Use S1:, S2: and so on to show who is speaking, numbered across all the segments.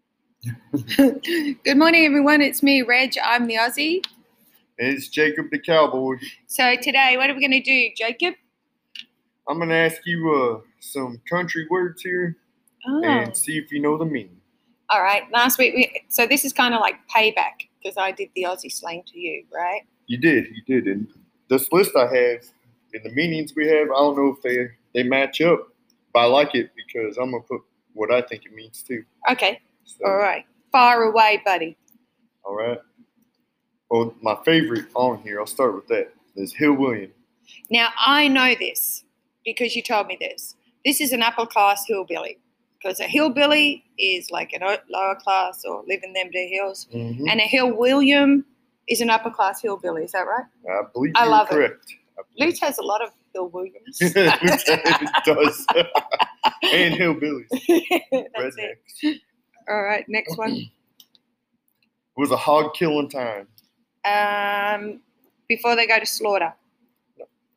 S1: Good morning, everyone. It's me, Reg. I'm the Aussie.
S2: And it's Jacob the Cowboy.
S1: So today, what are we going to do, Jacob?
S2: I'm gonna ask you uh, some country words here
S1: Oh,
S2: and see if you know the meaning.
S1: all right. Last week, we, so this is kind of like payback because I did the Aussie slang to you, right?
S2: You did, you did. And this list I have and the meanings we have, I don't know if they they match up, but I like it because I'm gonna put what I think it means too.
S1: Okay.
S2: So,
S1: All right. Far away, buddy.
S2: All right. Well, my favorite on here, I'll start with that, is Hill William.
S1: Now I know this because you told me this. This is an upper class hillbilly because a hillbilly is like an o- lower class or living them to hills,
S2: Mm-hmm.
S1: and a hill William is an upper class hillbilly. Is that right?
S2: I believe
S1: I
S2: you're
S1: love it.
S2: correct.
S1: Lute has a lot of hill Williams.
S2: it does. and hillbillies.
S1: That's
S2: Redneck.
S1: it. All right, next one.
S2: It was a hog killing time.
S1: Um, before they go to slaughter.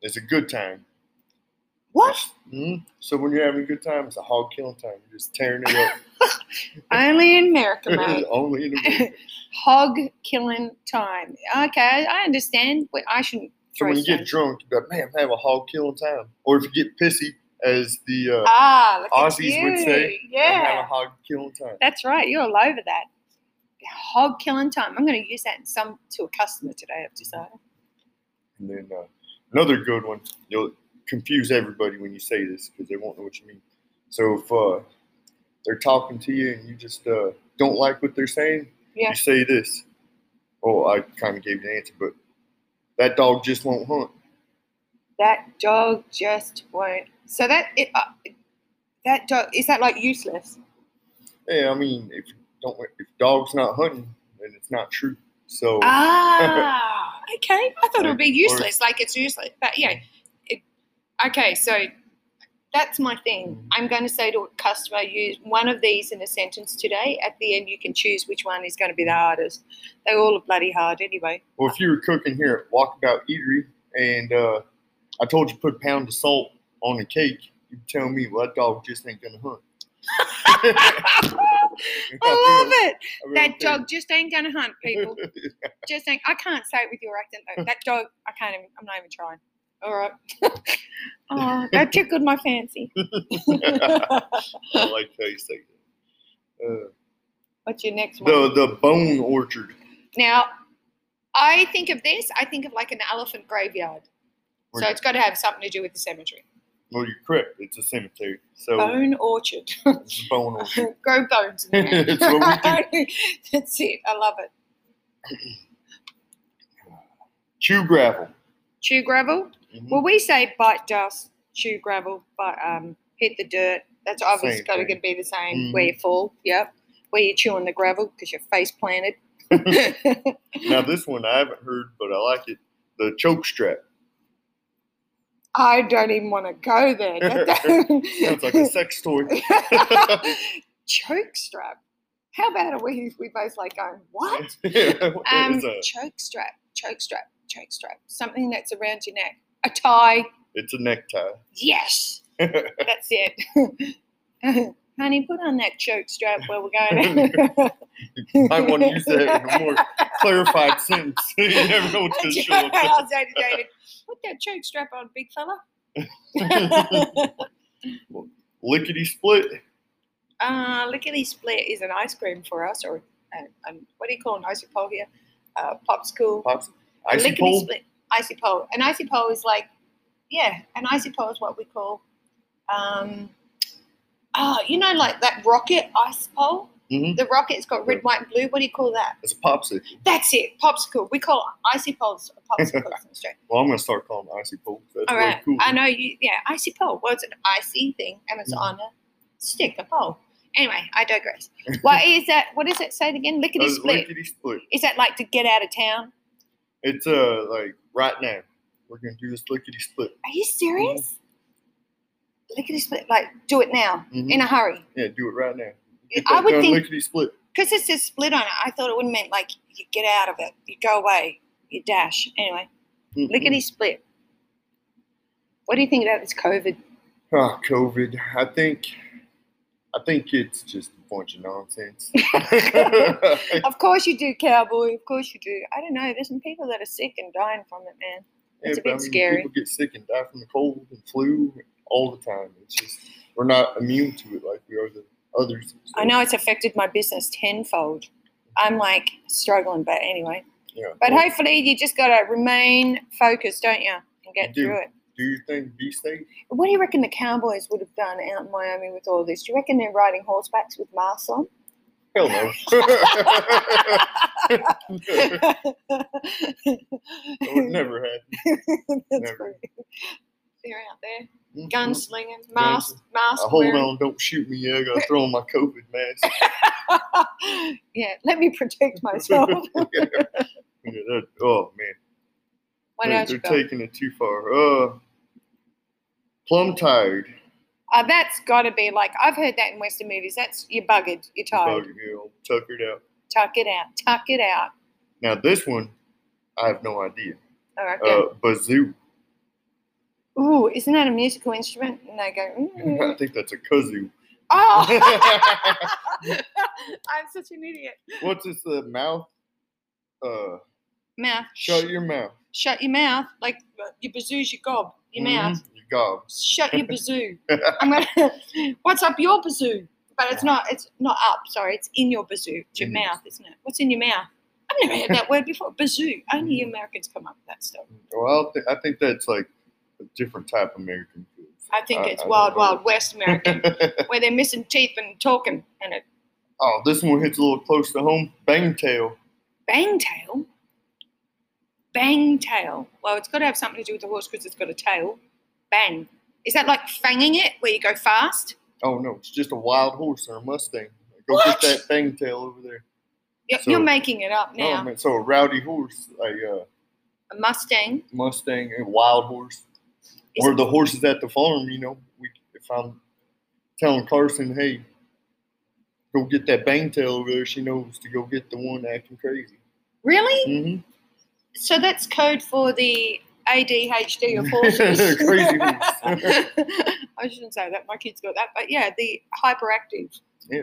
S2: It's a good time.
S1: What?
S2: Mhm. So when you're having a good time, it's a hog killing time. You're just tearing it up.
S1: Only in America, mate.
S2: Only in America.
S1: Hog killing time. Okay, I understand. But I shouldn't.
S2: So when
S1: throw
S2: you get
S1: stones.
S2: drunk, you're like, man, I have a hog killing time. Or if you get pissy, as the uh,
S1: Ah, look at
S2: Aussies would
S1: you.
S2: say, I'm having a
S1: Yeah,
S2: hog killing time.
S1: that's right. You're all over that. Hog killing time. I'm going to use that in some to a customer today. I've decided.
S2: And then uh, another good one. You'll confuse everybody when you say this because they won't know what you mean. So if uh, they're talking to you and you just uh, don't like what they're saying,
S1: Yeah.
S2: you say this. Oh, I kind of gave the answer, but that dog just won't hunt.
S1: That dog just won't. So that it, uh, that dog is that like useless?
S2: Yeah, I mean, if you don't if dog's not hunting, then it's not true. So
S1: Ah, okay. I thought it would be
S2: Or- or-
S1: useless, like it's useless. But yeah, it, okay. So that's my thing.
S2: Mhm.
S1: I'm going to say to a customer, use one of these in a sentence today. At the end, you can choose which one is going to be the hardest. They all are bloody hard anyway.
S2: Well, if you were cooking here at Walkabout Eatery and uh, I told you to put a pound of salt on the cake, you'd tell me, well, that dog just ain't going to hunt.
S1: I love it. That dog just ain't going to hunt people. just saying, I can't say it with your accent though. That dog, I can't even. I'm not even trying. All right. oh, that tickled my fancy.
S2: I like how you say that. Uh,
S1: What's your next one?
S2: the, the bone orchard.
S1: Now, I think of this. I think of like an elephant graveyard. So
S2: Right.
S1: it's got to have something to do with the cemetery.
S2: Well, you're correct. It's a cemetery. So
S1: Bone orchard.
S2: it's a bone orchard.
S1: Grow bones. In there.
S2: That's what
S1: That's it. I love it.
S2: Chew gravel.
S1: Chew gravel.
S2: Mhm.
S1: Well, we say bite dust, chew gravel, but um, hit the dirt. That's obviously
S2: Same
S1: got to
S2: thing.
S1: be the same
S2: Mhm.
S1: where you fall. Yep, where you chew on the gravel because your face planted.
S2: now, this one I haven't heard, but I like it. The choke strap.
S1: I don't even want to go there.
S2: Sounds like a sex toy.
S1: choke strap. How bad are we? We both like going what? Um,
S2: it's, a,
S1: choke strap, choke strap, choke strap. Something that's around your neck. A tie.
S2: it's a necktie.
S1: Yes. That's it. Honey, put on that choke strap while we're going.
S2: I want to use that in a more clarified sentence. you never know what's going to show up.
S1: I'll say to David, put that choke strap on, big fella.
S2: Lickety split.
S1: uh, lickety split is an ice cream for us, or an, an, what do you call an icy pole here? Uh, popsicle.
S2: Pops.
S1: A
S2: Icy
S1: lickety
S2: pole.
S1: Split, icy pole. An icy pole is like, yeah, an icy pole is what we call, um, oh, you know, like that rocket ice pole?
S2: Mhm.
S1: The rocket's got red, white, and blue. What do you call that?
S2: It's a popsicle.
S1: That's it, popsicle. We call icy poles popsicles in Australia.
S2: Well, I'm going to start calling them icy poles. That's
S1: All
S2: way
S1: right.
S2: cool.
S1: I know you, yeah, icy pole. Well, it's an icy thing and it's
S2: Mhm.
S1: on a stick, a pole. Anyway, I digress. What is that? What does it say again?
S2: Uh,
S1: Lickety split.
S2: lickety split.
S1: Is that like to get out of town?
S2: It's uh like right now. We're gonna do this lickety split.
S1: Are you serious?
S2: Mm-hmm.
S1: Lickety split. Like, do it now
S2: Mhm.
S1: in a hurry.
S2: Yeah, do it right now. Get
S1: I
S2: that
S1: would
S2: done
S1: think-
S2: lickety split.
S1: Because it says split on it, I thought it would mean like you get out of it, you go away, you dash. Anyway,
S2: Mm-mm.
S1: lickety split. What do you think about this COVID?
S2: Ah, COVID. I think, I think it's just bunch of nonsense.
S1: Of course you do, cowboy. Of course you do. I don't know. There's some people that are sick and dying from it, man. It's
S2: Yeah,
S1: a
S2: but
S1: bit scary.
S2: People get sick and die from the cold and flu all the time. It's just we're not immune to it like we are the others.
S1: I know it's affected my business tenfold. I'm like struggling, but anyway.
S2: Yeah.
S1: But
S2: well,
S1: hopefully, you just gotta remain focused, don't you, and get
S2: You do.
S1: through it.
S2: do you think be safe?
S1: What do you reckon the Cowboys would have done out in Wyoming with all this? Do you reckon they're riding horsebacks with masks on?
S2: Hell no. that would never happen.
S1: That's
S2: Never.
S1: great. They're out there, Mm-hmm.
S2: Mm-mm.
S1: gunslinging, mask, mask.
S2: Uh, Mm-hmm. hold
S1: wearing.
S2: on, don't shoot me. Yeah, I gotta throw on my COVID mask.
S1: yeah, let me protect myself.
S2: Yeah. Yeah, that- oh man,
S1: What
S2: they're,
S1: else
S2: they're
S1: you got?
S2: taking it too far. Uh, plum tired.
S1: Uh, that's got to be like I've heard that in Western movies. That's you're buggered, you're tired.
S2: Bug, you know, tuckered out.
S1: Tuck it out, tuck it out.
S2: Now this one, I have no idea.
S1: All right.
S2: Uh, bazoo.
S1: Ooh, isn't that a musical instrument? And they go,
S2: I
S1: mm.
S2: think that's a kazoo.
S1: oh, I'm such an idiot.
S2: What's this? The mouth. Uh,
S1: Mouth.
S2: shut your mouth.
S1: Shut your mouth. Like uh, your bazoo's your gob. Your mouth.
S2: Mhm, Your gob.
S1: Shut your bazoo. I'm gonna. What's up your bazoo? But it's not. It's not up. Sorry, it's in your bazoo. It's your
S2: Mhm.
S1: mouth, isn't it? What's in your mouth? I've never heard that word before. Bazoo. Only
S2: Mm-hmm.
S1: Americans come up with that stuff.
S2: Well, I, th- I think that's like a different type of American food.
S1: I think
S2: I-
S1: it's
S2: I don't
S1: wild,
S2: know.
S1: wild West American, where they're missing teeth and talking and a
S2: oh, this one hits a little close to home. Bangtail.
S1: bang tail. Bang tail. Well, it's got to have something to do with the horse because it's got a tail. Bang. Is that like fanging it, where you go fast?
S2: Oh no, it's just a wild horse or a mustang. Go
S1: What?
S2: get that bangtail over there.
S1: You're,
S2: So-
S1: you're making it up
S2: No,
S1: now.
S2: man, so a rowdy horse, a uh,
S1: a Mustang.
S2: mustang, a wild horse,
S1: Is
S2: or the horses at the farm. You know, we, if I'm telling Carson, hey, go get that bangtail over there, she knows to go get the one acting crazy.
S1: Really?
S2: hmm
S1: So that's code for the ADHD of horses.
S2: Crazy horse.
S1: I shouldn't say that. My kids got that, but yeah, the hyperactive.
S2: Yeah.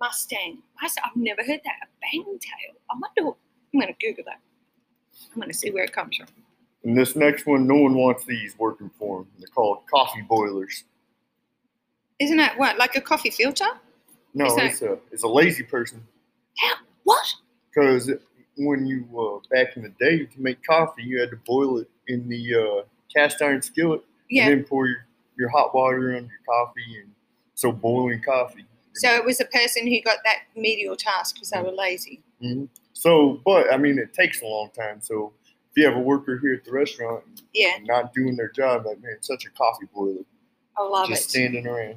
S1: Mustang. I said, I've never heard that. A bang tail. I wonder. what- I'm going to Google that. I'm going to see where it comes from.
S2: And this next one, no one wants these working for them. They're called coffee boilers.
S1: Isn't that what like a coffee filter?
S2: No,
S1: Is that-
S2: it's a it's a lazy person
S1: What?
S2: because when you uh, back in the day to make coffee, you had to boil it in the uh, cast iron skillet
S1: Yeah.
S2: and then pour your, your hot water on your coffee, and so boiling coffee.
S1: So it was a person who got that medial task because they were lazy.
S2: So, but I mean, it takes a long time. So if you have a worker here at the restaurant
S1: Yeah,
S2: and not doing their job, like man, such a coffee boiler,
S1: I love
S2: just
S1: it.
S2: standing around.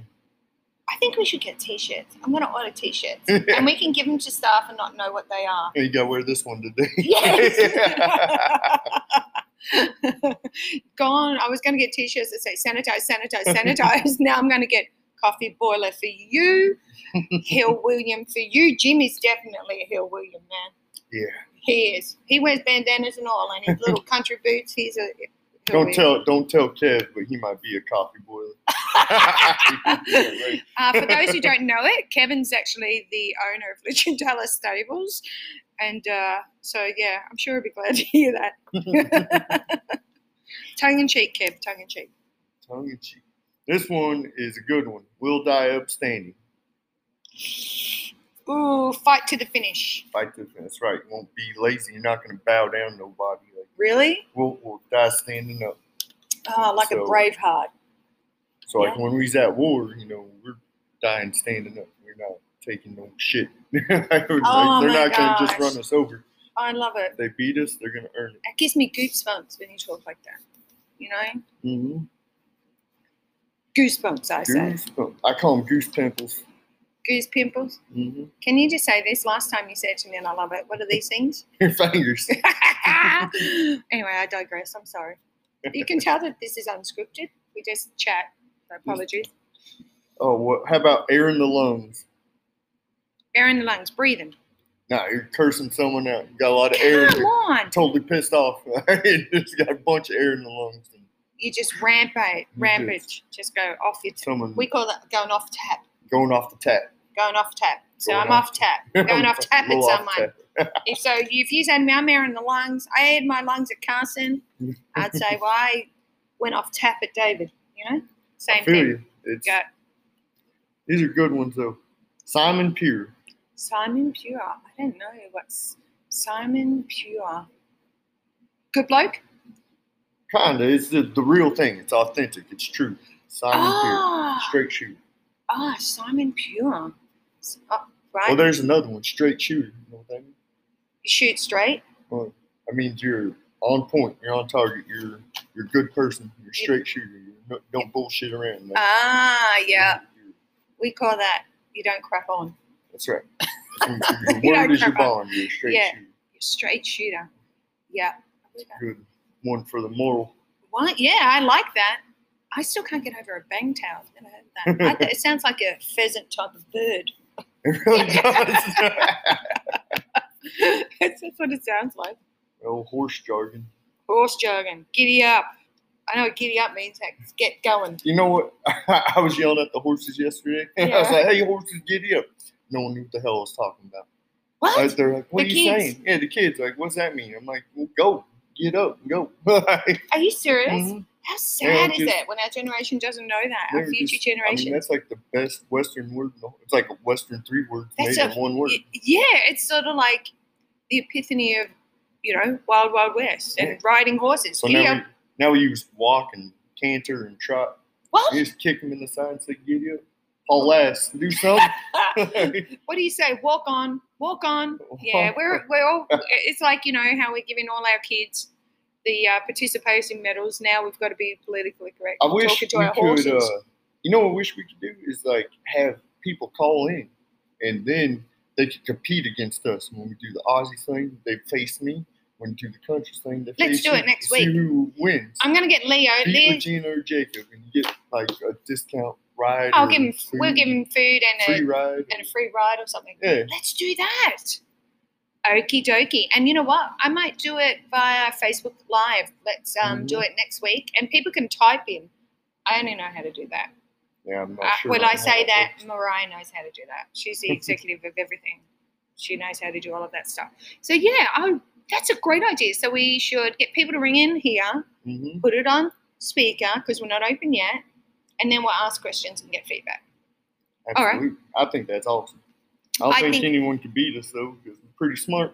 S1: I think we should get t-shirts. I'm gonna order t-shirts, and we can give them to staff and not know what they are.
S2: And you got to wear this one today.
S1: Yes. Gone. I was gonna get t-shirts that say sanitize, sanitize, sanitize. now I'm gonna get coffee boiler for you, Hill William for you. Jimmy's definitely a Hill William man.
S2: yeah.
S1: He is. He wears bandanas and all, and his little country boots. He's a.
S2: Don't tell don't tell Kev, but he might be a coffee boiler.
S1: Uh, for those who don't know it, Kevin's actually the owner of Lucian Dallas Stables, and uh, so yeah, I'm sure he'll be glad to hear that. tongue in cheek, Kev. Tongue in cheek.
S2: Tongue in cheek. This one is a good one. Will die upstanding.
S1: Ooh, fight to the finish.
S2: Fight this. That's right. Won't be lazy. You're not gonna bow down to nobody. Like
S1: Really?
S2: we'll, we'll die standing up.
S1: Oh, like a
S2: So-
S1: brave heart.
S2: So like when we's at war, you know, we're dying standing up. We're not taking no shit. Like, they're
S1: Oh my
S2: not gonna just
S1: gosh.
S2: run us over.
S1: I love it.
S2: If they beat us, they're gonna earn it.
S1: It gives me goosebumps when you talk like that. You know,
S2: Mm-hmm.
S1: goosebumps. I say
S2: Goose, Oh, I call them goose pimples.
S1: goose pimples.
S2: hmm
S1: Can you just say this? Last time you said to me, and I love it. What are these things?
S2: Your fingers.
S1: anyway, I digress. I'm sorry. You can tell that this is unscripted. We just chat. So apologies.
S2: Oh, what? How about air in the lungs?
S1: Air in the lungs, breathing.
S2: Nah, you're cursing someone out. You got a lot of air. in
S1: Come
S2: your
S1: on.
S2: totally pissed off. you just got a bunch of air in the lungs, and
S1: You just rampage,
S2: You
S1: rampage. Just go off your. T-
S2: someone
S1: we call that going off tap.
S2: going off the tap.
S1: Going off tap. So
S2: Going
S1: I'm off tap. Going off tap at
S2: Little off
S1: someone. If so if you said my mirror in the lungs, I had my lungs at Carson, I'd say, well, I went off tap at David, you know?
S2: I
S1: Same
S2: feel
S1: thing.
S2: you. It's,
S1: Go.
S2: these are good ones though. Simon Pure.
S1: Simon Pure. I don't know what's Simon Pure. Good bloke?
S2: Kinda. It's the, the real thing. It's authentic. It's true. Simon Pure.
S1: Ah,
S2: Straight shooter.
S1: ah, Simon Pure. S- oh, right.
S2: Well, there's another one. Straight shooter. You know what I mean?
S1: you shoot straight.
S2: Well, I mean you're on point. You're on target. You're you're a good person. You're a straight shooter. You no- don't bullshit around. man.
S1: Ah, yeah.
S2: You're-
S1: We call that you don't crap on.
S2: That's right. Your
S1: You
S2: word
S1: don't
S2: is your
S1: trip up.
S2: bond. You're a straight
S1: Yeah.
S2: shooter.
S1: You're a straight shooter. Yeah.
S2: Good one for the moral.
S1: What? Yeah, I like that. I still can't get over a bang tail. I've never heard that. I th- it sounds like a pheasant type of bird.
S2: It really does.
S1: That's what it sounds like.
S2: Old horse jargon.
S1: Horse jargon. Giddy up. I know what giddy up means. Like, get going.
S2: You know what? I was yelling at the horses yesterday. I was
S1: Yeah.
S2: like, "Hey, horses, giddy up!" No one knew what the hell I was talking about.
S1: What?
S2: Like, they're like, "What
S1: The
S2: are you
S1: kids.
S2: saying?" Yeah, the kids. Like, what's that mean? I'm like, well, "Go, get up, go." Like,
S1: Are you serious?
S2: mhm.
S1: How
S2: Yeah,
S1: sad is
S2: just-
S1: it when our generation doesn't know that?
S2: They're
S1: Our future
S2: just- I mean,
S1: generation.
S2: that's like the best Western word. in the- It's like a Western three words
S1: That's
S2: made
S1: a-
S2: in one word.
S1: Y- yeah, it's sort of like the epiphany of, you know, Wild Wild West and riding horses.
S2: So
S1: Giddy
S2: now, we,
S1: up.
S2: now we use walk and canter and trot.
S1: What?
S2: You just kick them in the side and say, "Giddy up, haul ass, do something."
S1: what do you say? Walk on, walk on. Yeah, we're, we're all, it's like, you know, how we're giving all our kids the uh, participation medals. Now we've got to be politically correct.
S2: I
S1: and
S2: wish
S1: talking
S2: we
S1: to our
S2: could. Uh,
S1: horses.
S2: you know, what I wish we could do is like have people call in, and then they could compete against us. When we do the Aussie thing, they face me. When we do the country thing, they
S1: Let's
S2: face
S1: do
S2: you.
S1: it next
S2: See
S1: week.
S2: who wins.
S1: I'm going to get Leo.
S2: Beat
S1: Leo
S2: Regina or Jacob, and you get like a discount ride.
S1: I'll
S2: or
S1: give him,
S2: food,
S1: we'll give him food and a,
S2: free ride.
S1: and a free ride or something.
S2: Yeah,
S1: Let's do that. Okie dokie. And you know what? I might do it via Facebook Live. Let's um,
S2: Mm-hmm.
S1: do it next week. And people can type in. I only know how to do that.
S2: yeah. I'm not
S1: Uh,
S2: sure.
S1: well,
S2: on
S1: I
S2: how
S1: say that
S2: works.
S1: Mariah knows how to do that. She's the executive of everything. She knows how to do all of that stuff. So, yeah, I, that's a great idea. So, we should get people to ring in here,
S2: Mhm.
S1: put it on speaker because we're not open yet, and then we'll ask questions and get feedback. All right.
S2: Absolutely. I think that's awesome. I don't
S1: I
S2: think,
S1: think-
S2: anyone can beat us though, because we're pretty smart.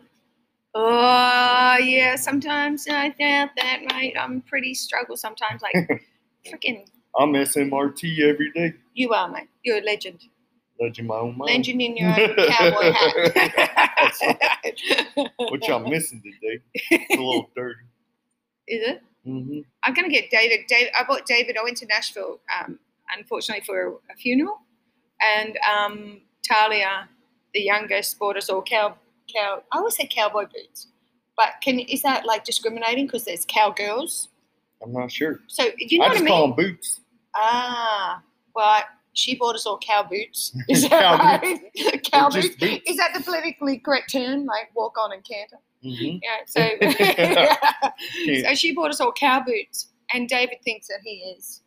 S1: Oh yeah, sometimes I doubt that. Right, I'm pretty struggle sometimes. Like, freaking,
S2: I'm SMRT every day.
S1: you are mate. You're a legend.
S2: Legend my own mind.
S1: Legend in your own cowboy hat.
S2: What y'all missing today? It's a little dirty.
S1: Is it?
S2: Mm-hmm.
S1: I'm gonna get David. Dave, I bought David. I went to Nashville, um, unfortunately for a funeral, and um, Talia, the youngest, bought us all cow cow. I always say cowboy boots, but can is that like discriminating because there's cowgirls?
S2: I'm not sure.
S1: So you know
S2: I
S1: what I
S2: just
S1: mean?
S2: call them boots.
S1: Ah, but she bought us all cow boots. Is that
S2: Cow
S1: right? cow
S2: They're
S1: boots.
S2: just boots.
S1: Is that the politically correct term? Like walk on and canter?
S2: Mm-hmm.
S1: Yeah. So, so she bought us all cow boots, and David thinks that he is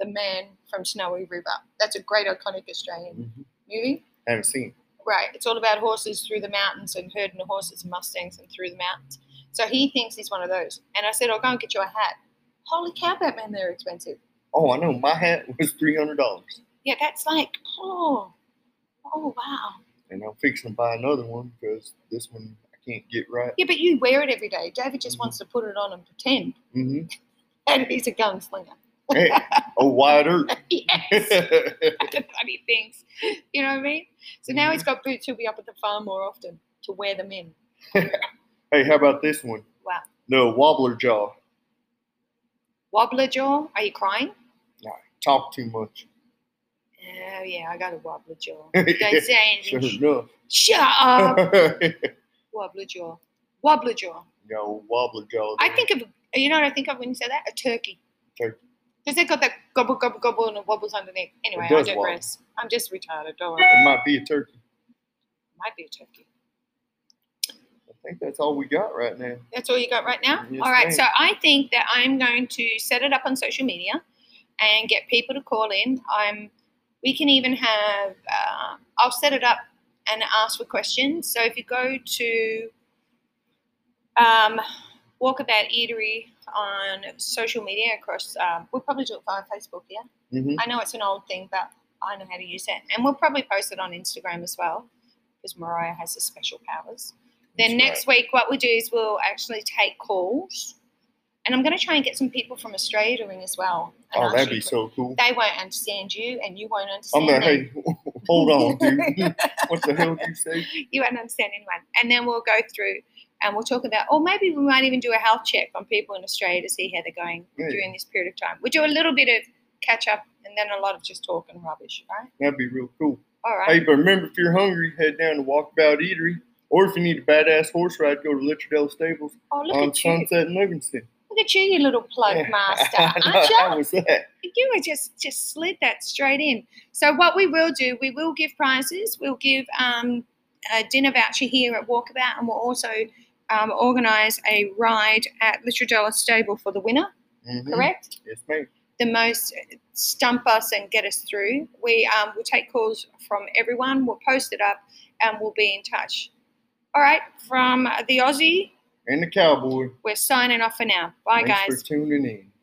S1: the man from Snowy River. That's a great iconic Australian movie.
S2: Mm-hmm. Haven't seen.
S1: Right. It's all about horses through the mountains and herding the horses and mustangs and through the mountains. So he thinks he's one of those. And I said, I'll go and get you a hat. Holy cow, Batman, they're expensive.
S2: Oh, I know. My hat was three hundred dollars,
S1: Yeah, that's like, oh, oh wow.
S2: and I'm fixing to buy another one because this one I can't get right.
S1: Yeah, but you wear it every day. David just wants to put it on and pretend,
S2: Mm-hmm.
S1: and he's a gunslinger.
S2: Hey, a wide earth.
S1: Yes, the bloody things. You know what I mean? So now he's got boots. He'll be up at the farm more often to wear them in.
S2: hey, how about this one?
S1: Wow.
S2: The wobbler jaw.
S1: Wobbler jaw? Are you crying?
S2: Talk too much.
S1: Oh yeah, I got a wobbler jaw.
S2: Yeah,
S1: Don't say
S2: sure
S1: anything.
S2: enough.
S1: Shut up.
S2: Yo,
S1: wobbler jaw. Wobbler jaw.
S2: wobbler jaw.
S1: I
S2: there.
S1: think of you know what I think of when you say that a turkey.
S2: Turkey.
S1: Because they got that gobble gobble gobble and it wobbles underneath. Anyway, I
S2: does wobble.
S1: digress. I'm just retarded. Don't worry.
S2: it might be a turkey.
S1: Might be a turkey.
S2: I think that's all we got right now.
S1: That's all you got right now?
S2: Yes,
S1: all right.
S2: ma'am.
S1: So I think that I'm going to set it up on social media and get people to call in. I'm. We can even have. Uh, I'll set it up and ask for questions. So if you go to um, Walkabout Eatery on social media across, um, we'll probably do it via Facebook, yeah?
S2: hmm
S1: I know it's an old thing, but I know how to use it. And we'll probably post it on Instagram as well because Mariah has the special powers. Then
S2: That's
S1: next week, what we'll do is we'll actually take calls. And I'm going to try and get some people from Australia to ring as well. and
S2: Oh,
S1: ask
S2: that'd
S1: you
S2: be so Oh, cool.
S1: they won't understand you and you won't
S2: I'm
S1: understand
S2: like,
S1: them.
S2: hey, hold on, dude. what the hell did you say?
S1: you won't understand anyone. And then we'll go through and we'll talk about, or maybe we might even do a health check on people in Australia to see how they're going
S2: Yeah.
S1: during this period of time. We do a little bit of catch up and then a lot of just talk and rubbish, right?
S2: That'd be real cool.
S1: All right.
S2: Hey, but remember, if you're hungry, head down to Walkabout Eatery. Or if you need a badass horse ride, go to Litchardale Stables
S1: oh, look
S2: on
S1: at you.
S2: Sunset and Livingston.
S1: Look at you, you little plug master,
S2: I know,
S1: aren't you?
S2: How was that?
S1: You were just just slid that straight in. So what we will do, we will give prizes. We'll give um, a dinner voucher here at Walkabout, and we'll also um, organise a ride at Litradella Stable for the winner.
S2: Mhm.
S1: Correct?
S2: Yes, ma'am.
S1: The most uh, stump us and get us through. We um, will take calls from everyone. We'll post it up, and we'll be in touch. All right, from the Aussie,
S2: And the cowboy.
S1: we're signing off for now. Bye,
S2: Thanks
S1: guys.
S2: for tuning in.